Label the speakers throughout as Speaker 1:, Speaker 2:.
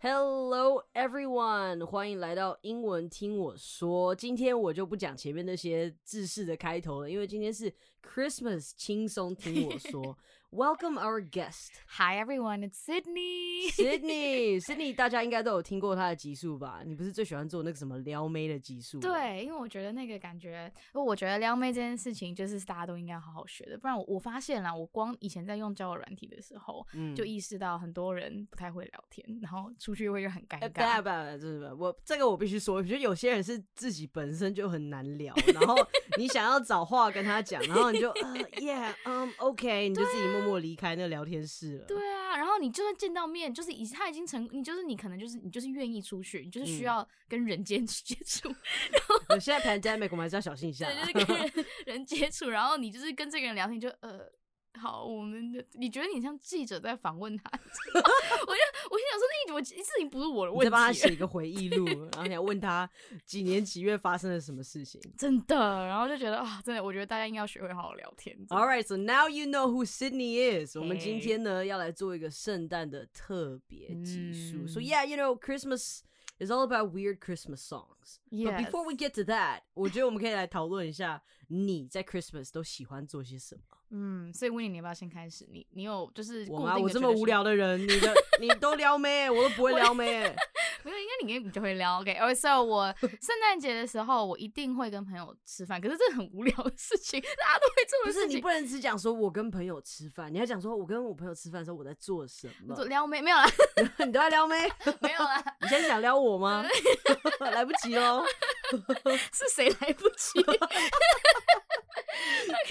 Speaker 1: Hello everyone，欢迎来到英文听我说。今天我就不讲前面那些制式的开头了，因为今天是 Christmas 轻松听我 说。Welcome our guest
Speaker 2: Hi everyone, it's Sydney.
Speaker 1: Sydney。Sydney 大家应该都有听过他的集数吧？你不是最喜欢做那个什么撩妹的集数？，
Speaker 2: 对，因为我觉得那个感觉，我觉得撩妹这件事情就是大家都应该好好学的，不然我我发现啦，我光以前在用交友软体的时候，
Speaker 1: 嗯
Speaker 2: 就意识到很多人不太会聊天，然后出去会就很尴
Speaker 1: 呃，不
Speaker 2: 尬。
Speaker 1: 不不，就是我这个我必须说，我觉得有些人是自己本身就很难 聊，然后你想要找话跟他讲，然后你就呃 yeah 嗯 OK，你就自己默
Speaker 2: 啊
Speaker 1: 默离开那个聊天室了。
Speaker 2: 对啊，然后你就算见到面，就是已他已经成，你就是你可能就是你就是愿意出去，你就是需
Speaker 1: 嗯
Speaker 2: 要跟人间 接触，
Speaker 1: 我现在 pandemic 我们还是要小心一下啦。
Speaker 2: 对，就是跟 人人接触，然后你就是跟这个人聊天，你就呃。好，我们的你觉得你像记者在访问他， 你知道吗我就我心想说，那我事情不是我的
Speaker 1: 我
Speaker 2: 问
Speaker 1: 再帮他
Speaker 2: 题
Speaker 1: 写，一个回忆录，然后你还问他几年几月发生了什么事情。
Speaker 2: 真的，然后就觉得啊，真的，我觉得大家应该要学会好好聊天。真的
Speaker 1: All right, so now you know who Sydney is. 我们今
Speaker 2: Hey.
Speaker 1: 天呢要来做一个圣诞的特别集数。So
Speaker 2: 嗯
Speaker 1: yeah, you know Christmas is all about weird Christmas songs. But before we
Speaker 2: Yes.
Speaker 1: get to that，我觉得我们可以来讨论一下你在 Christmas 都喜欢做些什么。
Speaker 2: 嗯，所以问你，你要不要先开始？你你有就是
Speaker 1: 我
Speaker 2: 固
Speaker 1: 吗？
Speaker 2: 定
Speaker 1: 我
Speaker 2: 的
Speaker 1: 这
Speaker 2: 觉
Speaker 1: 么
Speaker 2: 得
Speaker 1: 无
Speaker 2: 是，
Speaker 1: 聊的人，你的你都撩妹，我都不会撩妹。
Speaker 2: 没有，应该你应该你就会聊。OK，哦、so 我圣诞节的时候，我一定会跟朋友吃饭，可是这很无聊的事情， 大家都会做
Speaker 1: 不
Speaker 2: 的
Speaker 1: 是
Speaker 2: 事
Speaker 1: 你
Speaker 2: 情。
Speaker 1: 不能只讲说我跟朋友吃饭，你要讲说我跟我朋友吃饭的时候我在做什么
Speaker 2: 我做。撩妹没有啦，
Speaker 1: 你都在撩妹？
Speaker 2: 没有啦，
Speaker 1: 你现在想撩我吗？ 来不及喽。
Speaker 2: 是谁来不 及？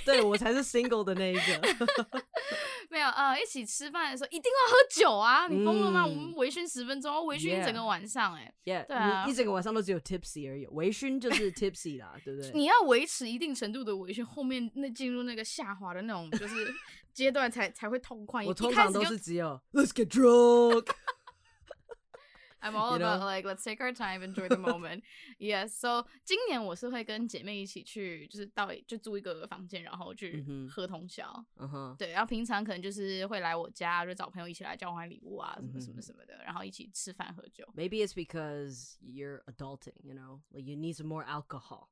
Speaker 1: 对我才是 single 的那一个。
Speaker 2: 没有，呃，一起吃饭的时候一定要喝酒啊！你疯了吗？
Speaker 1: 嗯
Speaker 2: 我们微醺十分钟，要微醺
Speaker 1: Yeah
Speaker 2: 一整个晚上、欸，
Speaker 1: Yeah，
Speaker 2: 对啊
Speaker 1: 你一整个晚上都只有 tipsy 而已，微醺就是 tipsy 啦，对不对？
Speaker 2: 你要维持一定程度的微醺，后面那进入那个下滑的那种就是 阶段才才会痛快。
Speaker 1: 我
Speaker 2: 一
Speaker 1: 通
Speaker 2: 一开
Speaker 1: 常
Speaker 2: 始就
Speaker 1: 都是只有 Let's get drunk。
Speaker 2: I'm all
Speaker 1: you
Speaker 2: about
Speaker 1: know
Speaker 2: like let's take our time, enjoy the moment. yes, so 今年我是会跟姐妹一起去，就是到就租一个房间，然后去
Speaker 1: 嗯哼
Speaker 2: 喝通宵。
Speaker 1: 嗯哼，
Speaker 2: 对，然后平常可能就是会来我家，就找朋友一起来交换礼物啊，什么
Speaker 1: 嗯
Speaker 2: 什
Speaker 1: 哼
Speaker 2: 么什么的，然后一起吃饭喝酒。
Speaker 1: Maybe it's because you're adulting, you know, like you need some more alcohol.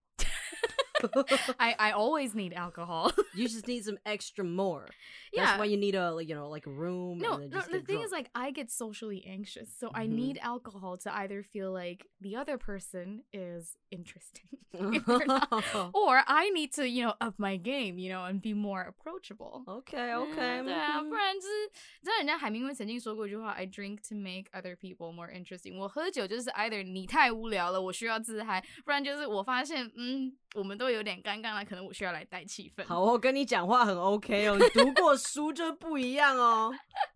Speaker 2: I I always need alcohol.
Speaker 1: You just need some extra more.
Speaker 2: yeah.
Speaker 1: That's why you need a, like, you know, like a room.
Speaker 2: No,
Speaker 1: and then
Speaker 2: no.
Speaker 1: just
Speaker 2: The
Speaker 1: get
Speaker 2: thing is,
Speaker 1: drunk.
Speaker 2: like, I get socially anxious, so I
Speaker 1: Mhm.
Speaker 2: need alcohol to either feel like the other person is interesting, if they're not- or I need to, you know, up my game, you know, and be more approachable. uh,
Speaker 1: okay,
Speaker 2: 嗯
Speaker 1: okay.
Speaker 2: 对啊，
Speaker 1: mhm.
Speaker 2: 不然就是，你知道人家海明威曾经说过一句话：“I drink to make other people more interesting。”我喝酒就是 either 你太无聊了，我需要自嗨，不然就是我发现，嗯，我们都有点尴尬了，可能我需要来带气氛。
Speaker 1: 好，我跟你讲话很 OK 哦，你读过书就不一样 哦。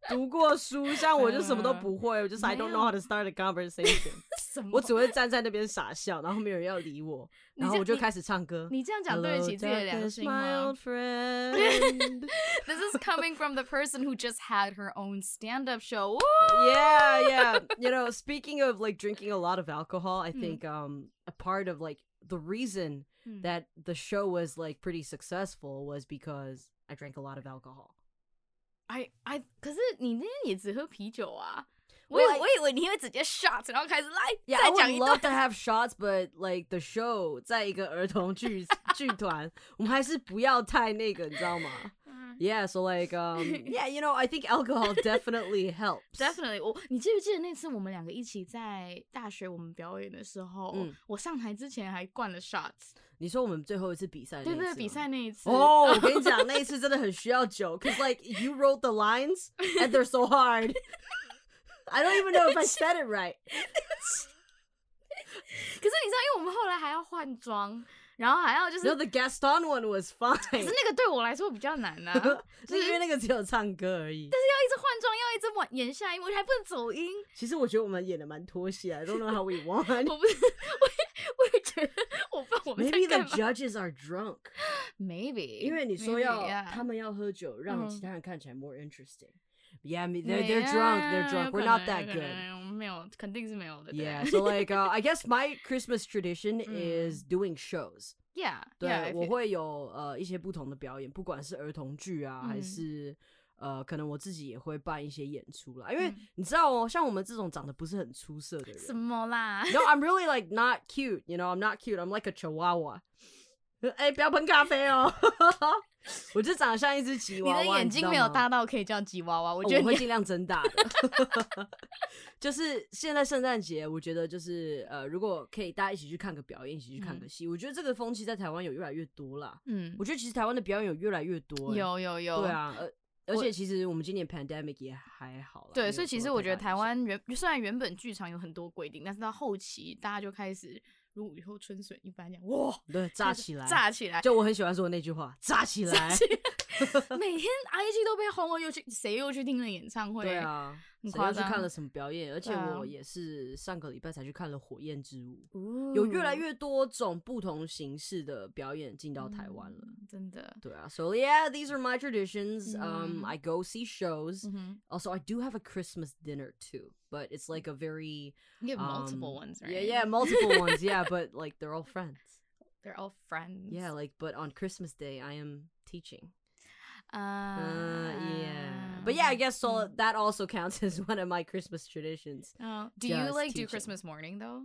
Speaker 1: 读过书，像我就什么都不会，我就是 I
Speaker 2: 没
Speaker 1: don't
Speaker 2: 有
Speaker 1: know how to start a conversation，
Speaker 2: 什么？
Speaker 1: 我只会站在那边傻笑，然后没有人要理我，
Speaker 2: 你
Speaker 1: 然后
Speaker 2: 这
Speaker 1: 我就
Speaker 2: 你
Speaker 1: 开始唱歌。
Speaker 2: 你这样讲对得起自己的
Speaker 1: Hello,
Speaker 2: 良
Speaker 1: darkness,
Speaker 2: 心
Speaker 1: my
Speaker 2: 吗
Speaker 1: old friend.
Speaker 2: This is coming from the person who just had her own stand-up show. Woo!
Speaker 1: yeah, yeah. You know, speaking of like drinking a lot of alcohol,
Speaker 2: Mm。
Speaker 1: I think um a part of like the reason
Speaker 2: Hmm.
Speaker 1: that the show was like pretty successful was because I drank a lot of alcohol.
Speaker 2: I I，可是你那天也只喝啤酒啊。我以
Speaker 1: Well, I-
Speaker 2: 为我以为你会直接 shot，然后开始来
Speaker 1: Yeah,
Speaker 2: 再
Speaker 1: I
Speaker 2: 讲
Speaker 1: would
Speaker 2: 一段
Speaker 1: love。to have shots, but like uh, the show 在一个 儿童剧剧团，我们还是不要太那个，你知道吗
Speaker 2: 嗯
Speaker 1: ？Yeah, so like um, yeah, you know, I think alcohol definitely helps.
Speaker 2: Definitely，我你记不记得那次我们两个一起在大学我们表演的时候，
Speaker 1: 嗯
Speaker 2: 我上台之前还灌了 shots，
Speaker 1: 你说我们最后一次比赛，
Speaker 2: 对对，比赛。那一次。
Speaker 1: 哦，我跟你讲，那一次真的很需要酒，cause like you wrote the lines and they're so hard. I don't even know if I said it right.
Speaker 2: 可是你知道，因为我们后来还要换装，然后还要就是
Speaker 1: No, the Gaston one was
Speaker 2: 可
Speaker 1: fine.
Speaker 2: 是那个对我来说比较难 啊，
Speaker 1: 是因为那个只有唱歌而已。
Speaker 2: 要一直换装，要一直往演下音，我还不能走音，
Speaker 1: 其实我觉得我们演的蛮脱戏啊，I don't know how we won.
Speaker 2: 我不是，我也我也觉得我不知道我们在
Speaker 1: Maybe
Speaker 2: 干
Speaker 1: the
Speaker 2: 嘛。
Speaker 1: judges are drunk，
Speaker 2: Maybe，
Speaker 1: 因为你说要
Speaker 2: maybe, yeah.
Speaker 1: 他们要喝酒，让
Speaker 2: 嗯
Speaker 1: 其他人看起来 more interesting。Yeah, I mean, they're they're drunk,
Speaker 2: 啊
Speaker 1: they're drunk. We're not that good.
Speaker 2: 没有，肯定是没有的。
Speaker 1: Yeah, so like, uh, I guess my Christmas tradition
Speaker 2: 嗯
Speaker 1: is doing shows.
Speaker 2: yeah,
Speaker 1: 对，
Speaker 2: yeah,
Speaker 1: 我会有呃一些不同的表演，不管是儿童剧啊，还
Speaker 2: 嗯
Speaker 1: 是呃，可能我自己也会办一些演出啦，因为
Speaker 2: 嗯
Speaker 1: 你知道哦，像我们这种长得不是很出色的人，
Speaker 2: 什么啦？
Speaker 1: No, I'm really like not cute. You know, I'm not cute. I'm like a chihuahua. 哎、不要喷咖啡哦！ 我就长得像一只吉
Speaker 2: 你
Speaker 1: 娃娃，
Speaker 2: 的眼
Speaker 1: 知道
Speaker 2: 睛没有
Speaker 1: 吗
Speaker 2: 大到可以叫吉娃娃，我
Speaker 1: 哦
Speaker 2: 觉得
Speaker 1: 我会
Speaker 2: 你
Speaker 1: 尽量增大的。 就是现在圣诞节，我觉得就是呃，如果可以大家一起去看个表演，一起去看个戏，我觉得这个风气在台湾有越来越多啦。
Speaker 2: 嗯
Speaker 1: 我觉得其实台湾的表演有越来越多、欸，
Speaker 2: 有有有
Speaker 1: 对啊，而而且其实我们今年 pandemic 也还好啦。没
Speaker 2: 对，
Speaker 1: 有
Speaker 2: 所以其
Speaker 1: 受
Speaker 2: 实
Speaker 1: 到
Speaker 2: 我
Speaker 1: 太
Speaker 2: 觉得
Speaker 1: 大
Speaker 2: 台
Speaker 1: 影响
Speaker 2: 湾原虽然原本剧场有很多规定，但是到后期大家就开始如雨后春笋一般讲，哇，
Speaker 1: 对炸起来，
Speaker 2: 炸起来，
Speaker 1: 就我很喜欢说的那句话，炸起来，
Speaker 2: 每天 IG 都被轰了，又去谁又去听了演唱会？
Speaker 1: 对，啊，
Speaker 2: 很
Speaker 1: 谁
Speaker 2: 夸
Speaker 1: 又去看
Speaker 2: 张
Speaker 1: 了什么表演？而且
Speaker 2: 对啊
Speaker 1: 我也是上个礼拜才去看了《火焰之舞》，有越来越多种不同形式的表演进到台湾了。
Speaker 2: 嗯真的。
Speaker 1: 对啊，So yeah, these are my traditions. Um,
Speaker 2: 嗯
Speaker 1: I go see shows.
Speaker 2: 嗯哼
Speaker 1: Also, I do have a Christmas dinner too, but it's like a very
Speaker 2: You get multiple
Speaker 1: um,
Speaker 2: ones, right?
Speaker 1: Yeah, yeah, multiple ones. Yeah, but like they're all friends.
Speaker 2: They're all friends.
Speaker 1: Yeah, like but on Christmas Day I am teaching. Uh, yeah.
Speaker 2: yeah.
Speaker 1: But yeah, I guess so.
Speaker 2: Mm-hmm.
Speaker 1: That also counts as one of my Christmas traditions.
Speaker 2: Oh, do you
Speaker 1: just
Speaker 2: like
Speaker 1: teaching.
Speaker 2: do Christmas morning though?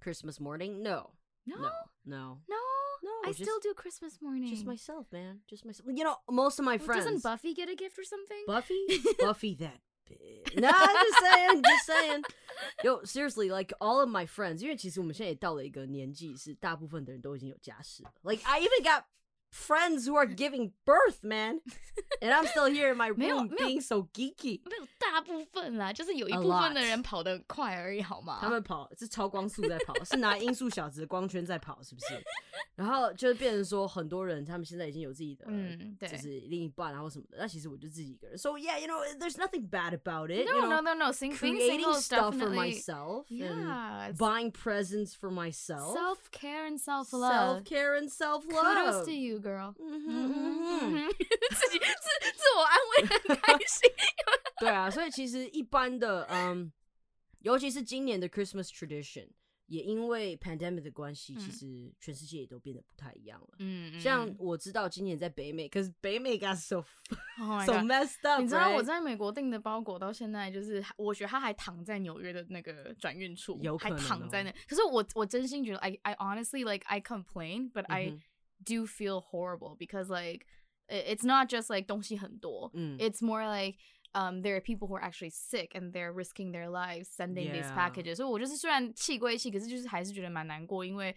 Speaker 1: Christmas morning? No,
Speaker 2: No.
Speaker 1: no, no.
Speaker 2: No.
Speaker 1: No,
Speaker 2: I
Speaker 1: just-
Speaker 2: still do Christmas morning.
Speaker 1: Just myself, man. Just myself. You know, most of my
Speaker 2: Well,
Speaker 1: friends.
Speaker 2: Doesn't Buffy get a gift or something?
Speaker 1: Buffy? Buffy that bitch. No, I'm just saying, just saying. Yo, seriously, like all of my friends, 因为其实我们现在也到了一个年纪，是大部分的人都已经有家室了。Like I even got friends who are giving birth, man, and I'm still here in my
Speaker 2: 没有-
Speaker 1: room
Speaker 2: 没有-
Speaker 1: being so geeky.
Speaker 2: 没有 大部分啦，就是有一
Speaker 1: A
Speaker 2: 部分
Speaker 1: lot
Speaker 2: 的人跑得很快而已，好吗？
Speaker 1: 他们跑是超光速在跑，是拿音速小子的光圈在跑，是 不是？然后就是变成说，很多人他们现在已经有自己的，
Speaker 2: 嗯对
Speaker 1: 就是另一半啊或什么的。那其实我就自己一个人，so yeah, you know, there's nothing bad about it. you
Speaker 2: no
Speaker 1: know,
Speaker 2: no no no sing being
Speaker 1: creating
Speaker 2: single is
Speaker 1: stuff for
Speaker 2: definitely-
Speaker 1: myself and
Speaker 2: Yeah, it's
Speaker 1: buying presents for myself,
Speaker 2: self care and self love.
Speaker 1: care and Mm-hmm, self
Speaker 2: Kudos
Speaker 1: love.
Speaker 2: to you, Mm-hmm, girl.
Speaker 1: 嗯哼嗯哼
Speaker 2: 嗯自己自自我安慰很开心。
Speaker 1: 对啊，所以其实一般的，嗯，尤其是今年的 Christmas tradition，也因为 pandemic 的关系，其
Speaker 2: 嗯
Speaker 1: 实全世界也都变得不太一样了。
Speaker 2: 嗯
Speaker 1: 像我知道今年在北美，可是北美 got so
Speaker 2: Oh my
Speaker 1: so
Speaker 2: God
Speaker 1: messed up，
Speaker 2: 你知道我
Speaker 1: right？
Speaker 2: 在美国订的包裹到现在，就是我觉得它还躺在纽约的那个转运处，
Speaker 1: 有可
Speaker 2: 还
Speaker 1: 能
Speaker 2: 躺在
Speaker 1: 哦
Speaker 2: 那。可是我我真心觉得，I I honestly like I complain, but I
Speaker 1: 嗯
Speaker 2: do feel horrible because like i- it's not just like 东西很多，
Speaker 1: 嗯
Speaker 2: it's more like um there are people who are actually sick and they're risking their lives sending these
Speaker 1: Yeah.
Speaker 2: packages. 所以我就是虽然气归气，可是就是还是觉得蛮难过，因为。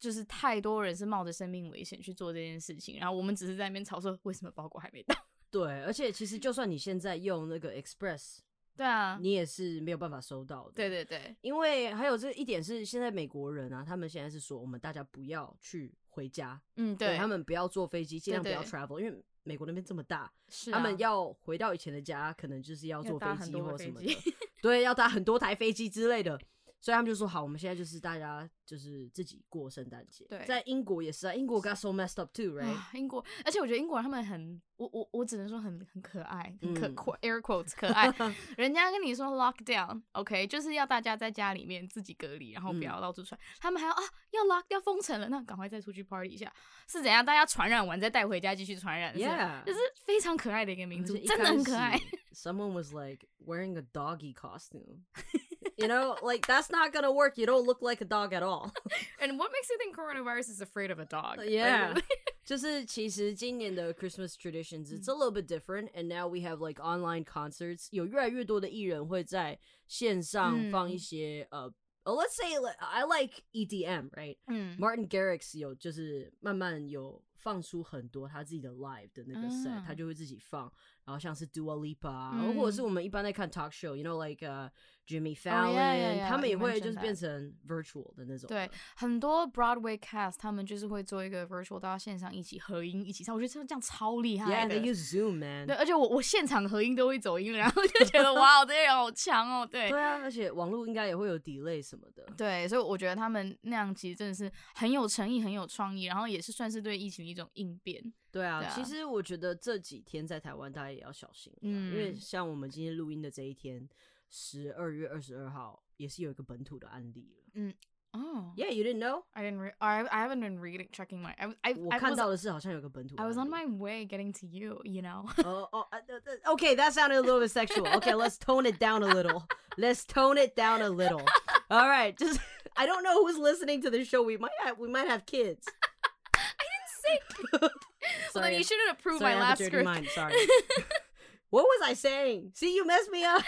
Speaker 2: 就是太多人是冒着生命危险去做这件事情，然后我们只是在那边吵说为什么包裹还没到。
Speaker 1: 对，而且其实就算你现在用那个 Express，
Speaker 2: 对啊，
Speaker 1: 你也是没有办法收到的。
Speaker 2: 对对对，
Speaker 1: 因为还有这一点是，现在美国人啊，他们现在是说我们大家不要去回家，
Speaker 2: 嗯，对，
Speaker 1: 他们不要坐飞机，尽量不要
Speaker 2: 对
Speaker 1: travel，因为美国那边这么大，
Speaker 2: 是、
Speaker 1: 他们要回到以前的家，可能就是要
Speaker 2: 要
Speaker 1: 坐
Speaker 2: 搭
Speaker 1: 飞
Speaker 2: 很
Speaker 1: 机
Speaker 2: 多
Speaker 1: 或
Speaker 2: 的
Speaker 1: 什
Speaker 2: 飞
Speaker 1: 么
Speaker 2: 机
Speaker 1: 的，对，要搭很多台飞机之类的。所以他们就说好，我们现在就是大家就是自己过圣诞节。
Speaker 2: 对
Speaker 1: 在英国也是啊，英国 got so messed up too, right？
Speaker 2: 啊英国，而且我觉得英国人他们很，我我我只能说很很可爱，很可、
Speaker 1: 嗯
Speaker 2: air quotes 可 爱。人家跟你说 lockdown，OK，、就是要大家在家里面自己隔离，然后
Speaker 1: 嗯
Speaker 2: 不要到处传。他们还要啊要 lock 要封城了，那赶快再出去 party 一下，是怎样？大家传染完再带回家继续传染是吧
Speaker 1: Yeah
Speaker 2: 就是非常可爱的一个民
Speaker 1: 而
Speaker 2: 族，
Speaker 1: 且一
Speaker 2: 真的很可
Speaker 1: 开
Speaker 2: 爱。
Speaker 1: 始 Someone was like wearing a doggy costume. You know, like that's not gonna work. You don't look like a dog at all.
Speaker 2: And what makes you think coronavirus is afraid of a dog? Like,
Speaker 1: Uh, Yeah. 就是其实今年的 Christmas traditions it's a
Speaker 2: Mm.
Speaker 1: little bit different, and now we have like online concerts. 有越来越多的艺人会在线上放一
Speaker 2: 嗯
Speaker 1: 些、呃，oh, let's say like, I like EDM, right?
Speaker 2: 嗯
Speaker 1: Martin Garrix 有就是慢慢有放出很多他自己的 live 的那个 set，、
Speaker 2: 啊
Speaker 1: 他就会自己放，然后像是 Dua Lipa 啊，或者是
Speaker 2: 嗯 Oh,
Speaker 1: 我们一般在看 talk show，you know like、uh, Jimmy Fallon，、
Speaker 2: yeah, yeah,
Speaker 1: 他们也
Speaker 2: you
Speaker 1: 会就是
Speaker 2: mentioned
Speaker 1: 变
Speaker 2: that.
Speaker 1: 成 virtual 的那种的。
Speaker 2: 对很多 Broadway cast 他们就是会做一个 virtual 到现场一起合音一起唱，我觉得这样超厉害的。
Speaker 1: ，Yeah，they use Zoom man
Speaker 2: 对，。而且我我现场合音都会走音，然后就 觉得哇，这些人好强哦。对
Speaker 1: 对啊，而且网络应该也会有 delay 什么的。
Speaker 2: 对，所以我觉得他们那样其实真的是很有诚意、很有创意，然后也是算是对疫情的一种应变。
Speaker 1: 对啊，
Speaker 2: 对啊
Speaker 1: 其实我觉得这几天在台湾大家也要小心啦，因为
Speaker 2: 嗯
Speaker 1: 像我们今天录音的这一天，十二月二十二号也是有一个本土的案例了。
Speaker 2: 嗯 Oh.
Speaker 1: Yeah, you didn't know?
Speaker 2: I didn't. Re- I I haven't been reading, checking my. I was- I,
Speaker 1: 我
Speaker 2: I
Speaker 1: 看
Speaker 2: was,
Speaker 1: 到的是好像有个本土
Speaker 2: I was on
Speaker 1: 案例
Speaker 2: my way getting to you. You know.
Speaker 1: oh, oh, uh, uh, uh, okay, that sounded a little bit sexual. Okay, let's tone it down a little. Let's tone it down a little. All right, just I don't know who's listening to the show. We might have we might have kids.
Speaker 2: Sick. well, then
Speaker 1: Sorry,
Speaker 2: you shouldn't approve
Speaker 1: Sorry,
Speaker 2: my
Speaker 1: I have
Speaker 2: last
Speaker 1: a dirty
Speaker 2: script.
Speaker 1: mind. Sorry. what was I saying? See, you messed me up.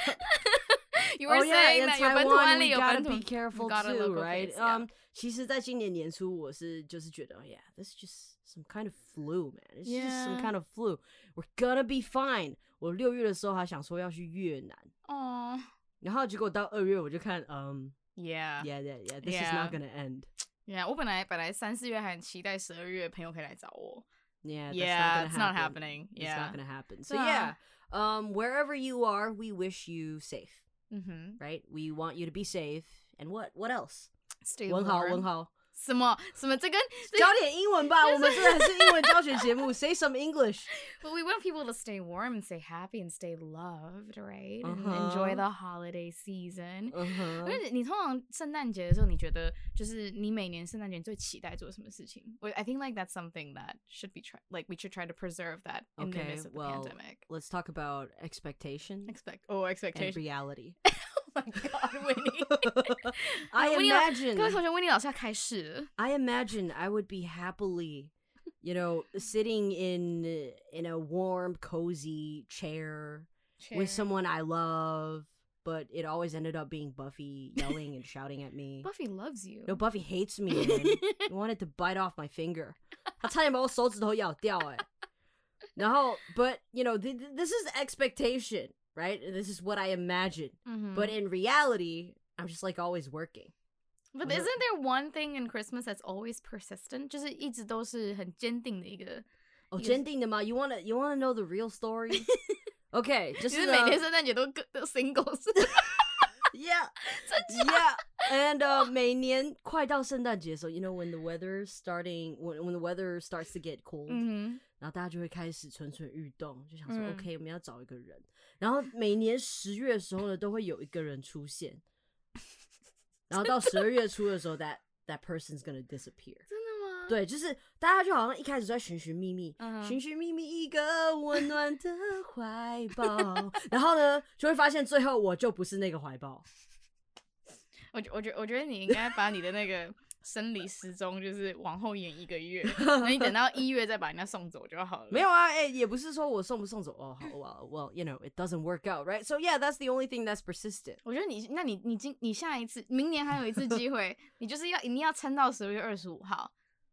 Speaker 2: you were
Speaker 1: oh,
Speaker 2: saying
Speaker 1: yeah,
Speaker 2: that
Speaker 1: in
Speaker 2: your
Speaker 1: Taiwan,
Speaker 2: bantu
Speaker 1: we
Speaker 2: ali, your
Speaker 1: gotta
Speaker 2: bantu-
Speaker 1: be careful
Speaker 2: you gotta
Speaker 1: too,
Speaker 2: local
Speaker 1: right?
Speaker 2: case, yeah.
Speaker 1: Um, 其实，在今年年初，我是就是觉得，oh yeah, this is just some kind of flu, man. It's just some
Speaker 2: Yeah.
Speaker 1: kind of flu. We're gonna be fine. 我六月的时候还想说要去越南，
Speaker 2: Aw.
Speaker 1: 然后结果到二月我就看，嗯、
Speaker 2: Yeah.
Speaker 1: yeah, yeah, yeah, this is not
Speaker 2: Yeah.
Speaker 1: gonna end.
Speaker 2: Yeah. 我本来本来三四月还很期待十二月朋友可以来找我。
Speaker 1: Yeah, that's
Speaker 2: Yeah,
Speaker 1: not gonna
Speaker 2: it's not
Speaker 1: happen.
Speaker 2: happening.
Speaker 1: it's
Speaker 2: Yeah.
Speaker 1: not gonna happen. So
Speaker 2: Nah.
Speaker 1: yeah, um, wherever you are, we wish you safe,
Speaker 2: 嗯哼。
Speaker 1: right? We want you to be safe. And what? What else?
Speaker 2: Stay
Speaker 1: 文豪，
Speaker 2: warm
Speaker 1: 文豪。
Speaker 2: 什么什么这跟这
Speaker 1: 教点英文吧，
Speaker 2: 就是
Speaker 1: 我 们这还是英文教学节目，Say some English。
Speaker 2: But we want people to stay warm and stay happy and stay loved, right? And
Speaker 1: Uh-huh.
Speaker 2: enjoy the holiday season.
Speaker 1: 嗯
Speaker 2: 可
Speaker 1: 哼，
Speaker 2: 是你通常圣诞节的时候，你觉得就是你每年圣诞节最期待做什么事情？我 I think like that's something that should be try like we should try to preserve that in the
Speaker 1: Okay,
Speaker 2: midst of the
Speaker 1: well,
Speaker 2: pandemic.
Speaker 1: Let's talk about expectation
Speaker 2: Expect oh
Speaker 1: and
Speaker 2: expectation.
Speaker 1: reality.
Speaker 2: Oh my god, Winnie.
Speaker 1: I
Speaker 2: 温妮老各位同
Speaker 1: imagine,
Speaker 2: 学，温妮老师要开始了。
Speaker 1: I imagine I would be happily, you know, sitting in in a warm, cozy chair with someone I love. But it always ended up being Buffy yelling and shouting at me.
Speaker 2: Buffy loves you.
Speaker 1: No, Buffy hates me. Man. He wanted to bite off my finger. 他差点把我手指头咬掉哎、欸。然后 but you know th- th- this is expectation, right? This is what I imagine.
Speaker 2: Mhm.
Speaker 1: But in reality, I'm just like always working.
Speaker 2: But
Speaker 1: 我就
Speaker 2: isn't there one thing in Christmas that's always persistent？就是一直都是很坚定的一个，
Speaker 1: Oh,
Speaker 2: Yes.
Speaker 1: ma, you wanna you wanna know the real story? Okay, uh,
Speaker 2: 就
Speaker 1: 就是是
Speaker 2: 每
Speaker 1: 呢
Speaker 2: 年圣诞节都各都 singles。
Speaker 1: yeah, yeah, and uh, 每年快到圣诞节的时候，you know when the weather starting when when the weather starts to get cold，、
Speaker 2: 嗯
Speaker 1: 然后大家就会开始蠢蠢欲动，就想说、
Speaker 2: 嗯
Speaker 1: OK，我们要找一个人。然后每年十月的时候呢，都会有一个人出现，然后到十二月初的时候，that that person's gonna disappear
Speaker 2: 哼，。真的吗？
Speaker 1: 对，就是大家就好像一开始在寻寻觅觅
Speaker 2: 嗯哼
Speaker 1: 寻寻觅觅一个 温暖的怀抱，然后呢，就会发现最后我就不是那个怀抱。
Speaker 2: 我觉我觉我觉得你应该把你的那个生理时钟就是往后延一 个月，那你等到一月再把人家送走就好了。
Speaker 1: 没有啊，哎、也不是说我送不送走哦，好，well well you know it doesn't work out right so yeah that's the only thing that's persistent
Speaker 2: 我觉得你，那你你今你下一次，明年还有一次机会， 你就是要一定要撑到十二月二十五号，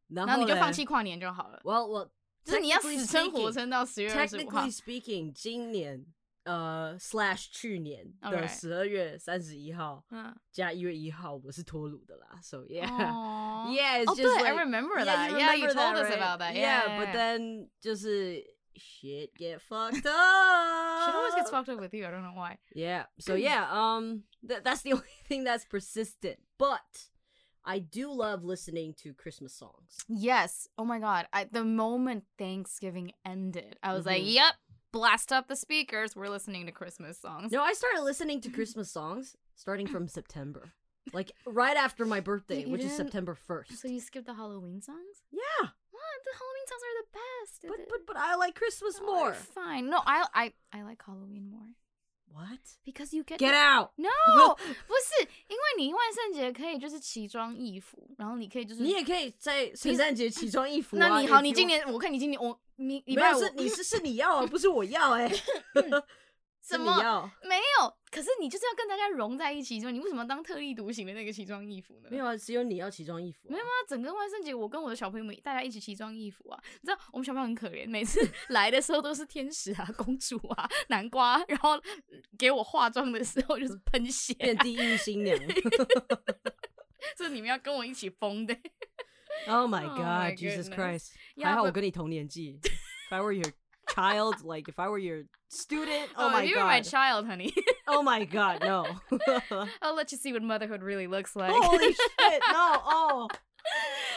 Speaker 1: 然
Speaker 2: 然后你就
Speaker 1: 嘞
Speaker 2: 放弃跨年就好了，
Speaker 1: Well, well,
Speaker 2: 就是你要
Speaker 1: technically
Speaker 2: 死撑
Speaker 1: speaking-
Speaker 2: 活撑到十月二十五号
Speaker 1: Technically。speaking，今年呃 slash 去年的
Speaker 2: Alright.
Speaker 1: 十二月三十一号
Speaker 2: 嗯，
Speaker 1: 加一月一号，我是脱乳的啦。So yeah,
Speaker 2: 哦
Speaker 1: yeah, it's
Speaker 2: Oh,
Speaker 1: just
Speaker 2: good, I
Speaker 1: like-
Speaker 2: remember
Speaker 1: Yeah,
Speaker 2: that.
Speaker 1: you
Speaker 2: Yeah, you
Speaker 1: remember
Speaker 2: told
Speaker 1: that,
Speaker 2: us
Speaker 1: right?
Speaker 2: about that.
Speaker 1: Yeah, but
Speaker 2: Yeah.
Speaker 1: then 就是 shit get fucked up.
Speaker 2: She
Speaker 1: Shit
Speaker 2: always gets fucked up with you. I don't know why.
Speaker 1: Yeah. So yeah, um, th- that's the only thing that's persistent. But I do love listening to Christmas songs.
Speaker 2: Yes. Oh my god. I, the moment Thanksgiving ended, I was like,
Speaker 1: Mhm.
Speaker 2: "Yep, blast up the speakers. We're listening to Christmas songs."
Speaker 1: No, I started listening to Christmas songs starting from September. Like right after my birthday,
Speaker 2: you
Speaker 1: which is
Speaker 2: didn't-
Speaker 1: September 1st.
Speaker 2: So you skipped the Halloween songs?
Speaker 1: yeah,
Speaker 2: What? The Halloween songs are the best.
Speaker 1: but
Speaker 2: The-
Speaker 1: but but I like Christmas
Speaker 2: Oh,
Speaker 1: more.
Speaker 2: fine. No, I I I like Halloween more
Speaker 1: What?
Speaker 2: because you get
Speaker 1: Get out.
Speaker 2: No，不是，因为你万圣节可以就是奇装异服，然后你可以就是
Speaker 1: 你也可以在圣诞节奇装异服、啊。
Speaker 2: 那你好，你今
Speaker 1: 年
Speaker 2: 年我看你今年我你礼
Speaker 1: 没
Speaker 2: 拜
Speaker 1: 有
Speaker 2: 五
Speaker 1: 是你是是你要啊，不是我 要哎、是
Speaker 2: 什
Speaker 1: 你
Speaker 2: 么
Speaker 1: 要？
Speaker 2: 没有，可是你就是要跟大家融在一起，就你为什么要当特立独行的那个奇装异服呢？
Speaker 1: 没有啊，只有你要奇装异服、啊。
Speaker 2: 没有啊，整个万圣节我跟我的小朋友们大家一起奇装异服啊。你知道我们小朋友很可怜，每 次来的时候都是天使啊、 公主啊、南瓜，然后给我化妆的时候就是喷血，
Speaker 1: 变地狱新 娘。
Speaker 2: 这你们要跟我一起疯的。
Speaker 1: oh my
Speaker 2: Oh
Speaker 1: god,
Speaker 2: my
Speaker 1: Jesus
Speaker 2: goodness.
Speaker 1: Christ！
Speaker 2: Yeah,
Speaker 1: 还好我
Speaker 2: but-
Speaker 1: 跟你同年纪。if I were your child, like if I were your student, oh, my
Speaker 2: you were 呃 my
Speaker 1: god,
Speaker 2: child, honey.
Speaker 1: oh my god, no.
Speaker 2: I'll let you see what motherhood really looks like.
Speaker 1: Holy shit! No, oh,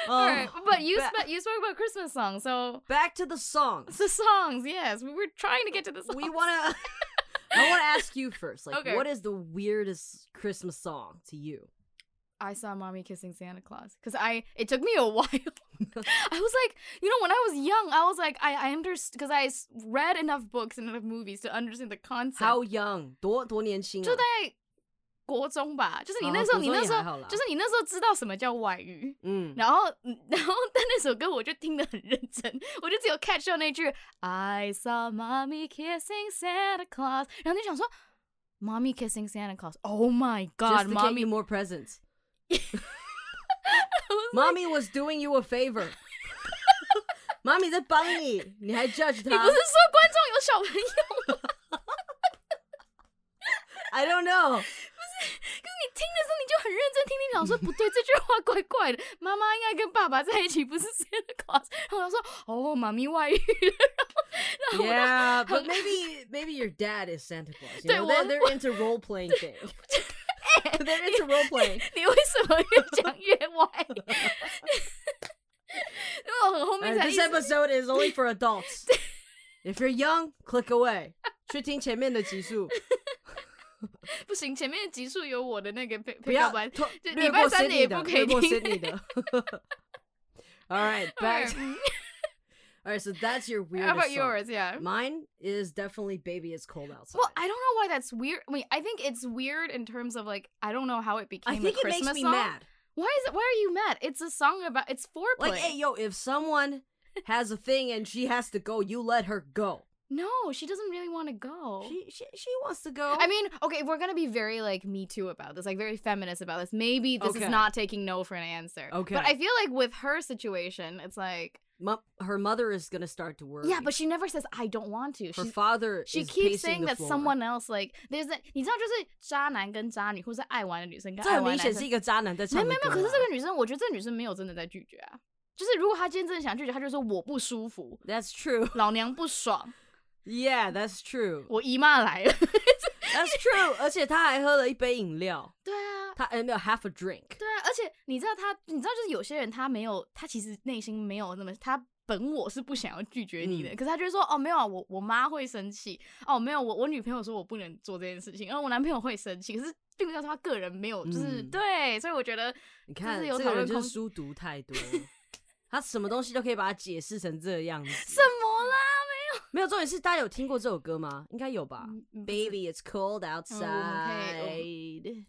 Speaker 2: All right,
Speaker 1: Oh,
Speaker 2: but you
Speaker 1: ba-
Speaker 2: sp- you spoke about Christmas songs, so
Speaker 1: back to the songs.
Speaker 2: the songs, yes, we were trying to get to the songs.
Speaker 1: We wanna. I want to ask you first. Like,
Speaker 2: Okay.
Speaker 1: what is the weirdest Christmas song to you?
Speaker 2: I saw mommy kissing Santa Claus because I it took me a while. I was like, you know, when I was young, I was like, I I understood because I s- read enough books and enough movies to understand the concept.
Speaker 1: How young？多多年轻、啊？
Speaker 2: 就在国中吧，就是你
Speaker 1: 哦
Speaker 2: 那时
Speaker 1: 国
Speaker 2: 候，你
Speaker 1: 中
Speaker 2: 那
Speaker 1: 也
Speaker 2: 时候
Speaker 1: 还好啦
Speaker 2: 就是你那时候知道什么叫外语，
Speaker 1: 嗯，
Speaker 2: 然后，嗯然后但那首歌我就听得很认真，我就只有 catch 到那句 I saw mommy kissing Santa Claus，然后就想说 mommy kissing Santa Claus，Oh my
Speaker 1: Just to get you
Speaker 2: God，mommy
Speaker 1: more presents. Mommy was doing you a favor. 妈咪在帮你，你还 judge
Speaker 2: 你不
Speaker 1: 她
Speaker 2: 是说观众有小朋友？
Speaker 1: ？I don't know.
Speaker 2: 可是你听的时候你就很认真听，你想说不对，这句话怪怪的， 妈妈应该跟爸爸在一起，不是 Santa Claus。然后我想说哦，妈咪外遇，
Speaker 1: Yeah, but maybe maybe your dad is Santa Claus. You
Speaker 2: 对，
Speaker 1: know?
Speaker 2: 我-
Speaker 1: They're, they're into role playing thing. they're into role playing.
Speaker 2: 你为什么越讲越歪？因 为我很后
Speaker 1: Uh,
Speaker 2: 面才意
Speaker 1: this
Speaker 2: 识
Speaker 1: episode is only for adults. If you're young, click away. 去听前面的集 数，
Speaker 2: 不行，前面的集数有我的那个配
Speaker 1: 不
Speaker 2: 配
Speaker 1: 要
Speaker 2: 告班，
Speaker 1: 脱
Speaker 2: 就
Speaker 1: 略
Speaker 2: 礼拜
Speaker 1: 过
Speaker 2: 三的也
Speaker 1: Sydney 的，
Speaker 2: 不可以
Speaker 1: 略 过
Speaker 2: 听
Speaker 1: Sydney 的。All right, back.
Speaker 2: Alright, mm,
Speaker 1: All right, so that's your weirdest.
Speaker 2: How about
Speaker 1: song.
Speaker 2: yours? Yeah.
Speaker 1: Mine is definitely "Baby It's Cold Outside."
Speaker 2: Well, I don't know why that's weird. I mean, I think it's weird in terms of like I don't know how it became
Speaker 1: I think
Speaker 2: a
Speaker 1: it
Speaker 2: Christmas
Speaker 1: makes me
Speaker 2: song.
Speaker 1: mad.
Speaker 2: Why is it? Why are you mad? It's a song about it's foreplay.
Speaker 1: Like, hey, yo, if someone has a thing and she has to go, you let her go.
Speaker 2: no, she doesn't really want to go.
Speaker 1: She she she wants to go.
Speaker 2: Oh. I mean, okay, we're gonna be very like Me Too about this, like very feminist about this. Maybe this
Speaker 1: Okay.
Speaker 2: is not taking no for an answer.
Speaker 1: Okay.
Speaker 2: but I feel like with her situation, it's like
Speaker 1: Mo- her mother is gonna start to worry.
Speaker 2: yeah, but she never says I don't want to.
Speaker 1: her
Speaker 2: She's
Speaker 1: father
Speaker 2: She
Speaker 1: is
Speaker 2: keeps
Speaker 1: pacing
Speaker 2: saying
Speaker 1: the
Speaker 2: that
Speaker 1: floor.
Speaker 2: someone else like there's a 你知道就是渣男跟渣女，或是爱玩的女生跟
Speaker 1: 这
Speaker 2: 爱
Speaker 1: 很
Speaker 2: 玩
Speaker 1: 明
Speaker 2: 的男
Speaker 1: 显
Speaker 2: 生
Speaker 1: 是一。个渣男在唱
Speaker 2: 没
Speaker 1: 的
Speaker 2: 有没
Speaker 1: 歌啊、，
Speaker 2: 有没有，可是这个女生，我觉得这女生没有真的在拒绝啊。就是如果她今天真的想拒绝，她就说我不舒服，
Speaker 1: That's true.
Speaker 2: 老娘不爽，
Speaker 1: Yeah, that's true.
Speaker 2: 我姨妈来了。
Speaker 1: That's true. 而且他还喝了一杯饮料，
Speaker 2: 对啊，
Speaker 1: 他呃没有 half a drink.
Speaker 2: 对啊，而且你知道她，你知道就是有些人他没有，他其实内心没有那么他。本我是不想要拒绝你的，
Speaker 1: 嗯
Speaker 2: 可是他就会说哦没有啊，我我妈会生气哦没有，我我女朋友说我不能做这件事情，然后哦我男朋友会生气，可是并不是他个人没有，就是、
Speaker 1: 嗯
Speaker 2: 对，所以我觉得
Speaker 1: 你看
Speaker 2: 是有
Speaker 1: 这
Speaker 2: 讨
Speaker 1: 个
Speaker 2: 论
Speaker 1: 人就
Speaker 2: 空
Speaker 1: 是书读太 多，他什么东西都可以把它解释成这样 子。
Speaker 2: 什么啦？
Speaker 1: 没有重点是大家有听过这首歌吗？应该有吧。
Speaker 2: 嗯不是
Speaker 1: Baby, it's cold
Speaker 2: Oh,
Speaker 1: outside.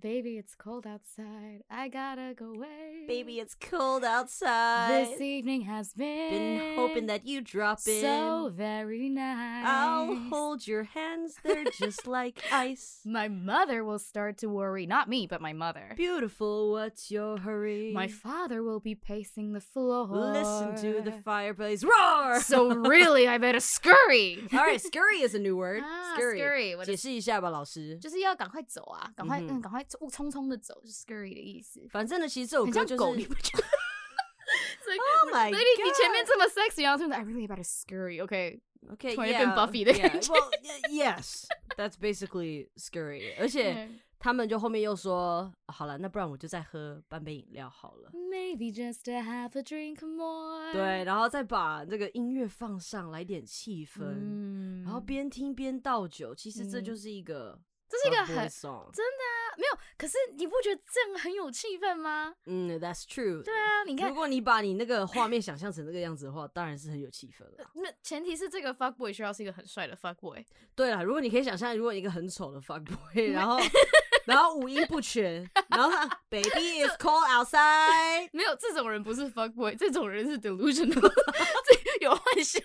Speaker 2: Baby, it's cold outside. I gotta go away.
Speaker 1: Baby, it's cold
Speaker 2: this
Speaker 1: outside.
Speaker 2: evening has been,
Speaker 1: Been hoping that you drop in.
Speaker 2: so very nice.
Speaker 1: I'll hold your hands, they're just like ice.
Speaker 2: My mother will start to worry. Not me, but my mother.
Speaker 1: Beautiful, what's your hurry?
Speaker 2: My father will be pacing the floor.
Speaker 1: Listen to the fireplace roar.
Speaker 2: so really, I better scurry.
Speaker 1: All right, scurry is a new word.
Speaker 2: 啊
Speaker 1: scurry.
Speaker 2: Ah, scurry，我的
Speaker 1: 解释一下吧，老师。
Speaker 2: 就是要赶快走啊，赶快，
Speaker 1: 嗯哼
Speaker 2: 嗯，赶快匆匆匆的走，就是 scurry 的意思。
Speaker 1: 反正呢，其实这首
Speaker 2: 很
Speaker 1: 歌
Speaker 2: 像
Speaker 1: 就是
Speaker 2: 狗你不
Speaker 1: Oh my
Speaker 2: 所以你你前
Speaker 1: God
Speaker 2: 面这么 sexy，然后突然 I really better scurry. OK，
Speaker 1: Okay,
Speaker 2: 突然变
Speaker 1: yeah,
Speaker 2: Buffy 的
Speaker 1: yeah.
Speaker 2: 感觉
Speaker 1: Well, y- yes, that's basically scurry. 而且
Speaker 2: 嗯
Speaker 1: 他们就后面又说，啊好了，那不然我就再喝半杯饮料好了。
Speaker 2: Maybe just a half a drink more。
Speaker 1: 对，，然后再把这个音乐放上来，点气
Speaker 2: Mm.
Speaker 1: 氛，
Speaker 2: 嗯
Speaker 1: 然后边听边倒酒。其实这
Speaker 2: 嗯
Speaker 1: 就是一个
Speaker 2: 这是一个
Speaker 1: fuckboy
Speaker 2: 很
Speaker 1: song。
Speaker 2: 真的啊，没有。可是你不觉得这样很有气氛吗？
Speaker 1: 嗯，That's true。
Speaker 2: 对啊，你
Speaker 1: 如
Speaker 2: 看，
Speaker 1: 果你把你那个画面想象成那个样子的话，当然是很有气氛了。
Speaker 2: 那前提是这个 fuck boy 需要是一个很帅的 fuck boy。
Speaker 1: 对啦，如果你可以想象，如果一个很丑的 fuck boy，然后 然后五音不全，然后他 baby is cold outside，
Speaker 2: 没有这种人不是 fuck boy，这种人是 delusional，这有 幻想。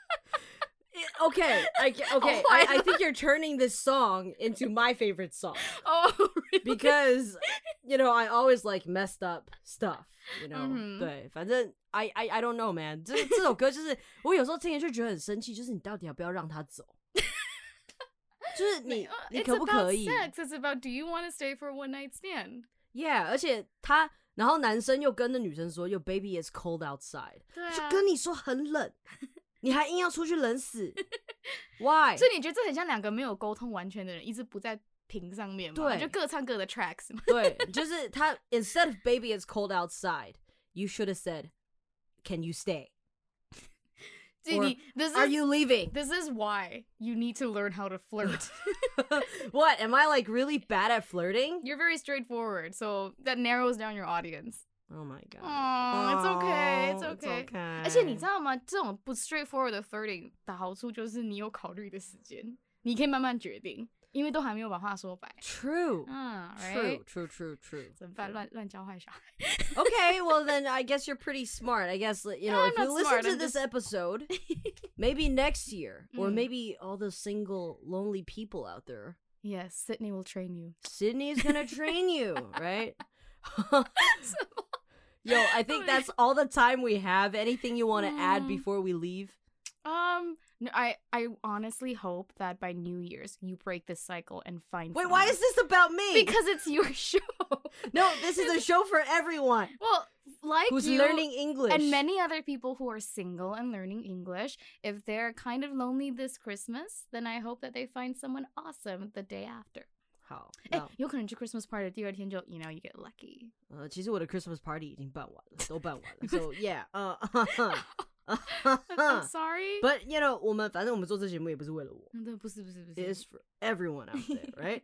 Speaker 1: Okay, I, ca- okay.
Speaker 2: 好坏啊
Speaker 1: I, I think you're turning this song into my favorite song
Speaker 2: 哦、
Speaker 1: because you know I always like messed up stuff. You know，、
Speaker 2: 嗯哼
Speaker 1: 对，反正 I I I don't know, man 这。这首歌就是 我有时候听了就觉得很生气，就是你到底要不要让他走？ 就是 你你可不可以
Speaker 2: It's about sex. It's about do you want to stay for a one night stand？
Speaker 1: ？Yeah，而且他，然后男生又跟那女生说，又 baby is cold outside，、
Speaker 2: 对啊
Speaker 1: 就。跟你说很 冷，你还硬要出去冷死 ？Why？
Speaker 2: 所以你觉得这很像两个没有沟通完全的人，一直不在屏上面嘛？
Speaker 1: 对
Speaker 2: 就各唱各 的 tracks 嘛。
Speaker 1: 对，就是他 instead of baby it's cold outside, you should have said, can you stay?
Speaker 2: 弟弟，this
Speaker 1: Are
Speaker 2: is
Speaker 1: you leaving?
Speaker 2: this is why you need to learn how to flirt.
Speaker 1: what? Am I like really bad at flirting?
Speaker 2: You're very straightforward, so that narrows down your audience.
Speaker 1: Oh my god.
Speaker 2: Oh, it's okay, it's
Speaker 1: Oh,
Speaker 2: okay.
Speaker 1: It's okay.
Speaker 2: 而且你知道吗？这种不 straightforward 的 flirting 的好处就是你有考虑的时间，你可以慢慢决定，因为都还没有把话说白。
Speaker 1: True.
Speaker 2: 嗯
Speaker 1: True,
Speaker 2: ，right？
Speaker 1: true, true, true.
Speaker 2: 怎么办？
Speaker 1: true.
Speaker 2: 乱乱教坏小孩。
Speaker 1: okay, well then I guess you're pretty smart. I guess like, you know
Speaker 2: I'm
Speaker 1: if you
Speaker 2: not
Speaker 1: listen
Speaker 2: smart,
Speaker 1: to
Speaker 2: I'm
Speaker 1: this
Speaker 2: just-
Speaker 1: episode, maybe next year, or
Speaker 2: Mm.
Speaker 1: maybe all those single lonely people out there,
Speaker 2: Yes, Sydney will train you.
Speaker 1: Sydney's gonna train you, right?
Speaker 2: 什
Speaker 1: Yo, I think
Speaker 2: Okay.
Speaker 1: that's all the time we have. Anything you want to add
Speaker 2: Mm.
Speaker 1: before we leave?
Speaker 2: Um, no, I I honestly hope that by New Year's you break this cycle and find.
Speaker 1: Wait, why
Speaker 2: someone.
Speaker 1: is this about me?
Speaker 2: because it's your show?
Speaker 1: no, this is a show for everyone
Speaker 2: well, like
Speaker 1: who's
Speaker 2: you,
Speaker 1: learning English.
Speaker 2: And many other people who are single and learning English, if they're kind of lonely this Christmas, then I hope that they find someone awesome the day after.
Speaker 1: 好，
Speaker 2: 哎、
Speaker 1: 那
Speaker 2: 有可能去 Christmas party 第二天就，you know you get lucky。
Speaker 1: 呃，其实我的 Christmas party 已经办完了，都办完了。So yeah，呃
Speaker 2: I'm sorry，
Speaker 1: ，But you know，我们反正我们做这节目也不是为了我
Speaker 2: 嗯对不是不是不
Speaker 1: ，It
Speaker 2: 是
Speaker 1: is for everyone out there, right?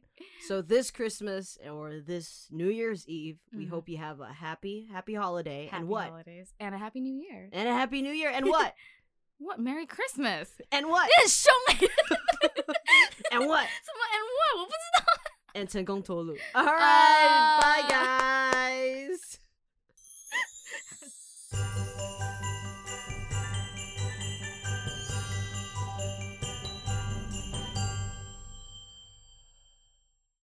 Speaker 1: So this Christmas or this New Year's Eve, we
Speaker 2: 嗯
Speaker 1: hope you have a happy, happy holiday
Speaker 2: Mm-hmm. Happy
Speaker 1: and what?
Speaker 2: holidays and a happy new year.
Speaker 1: And a happy New Year and what?
Speaker 2: What Merry Christmas？
Speaker 1: and what?
Speaker 2: 这是兄妹
Speaker 1: and what?
Speaker 2: 什么 and what？我不知道。
Speaker 1: And 成功脱乳。All right, bye
Speaker 2: Ah.
Speaker 1: guys.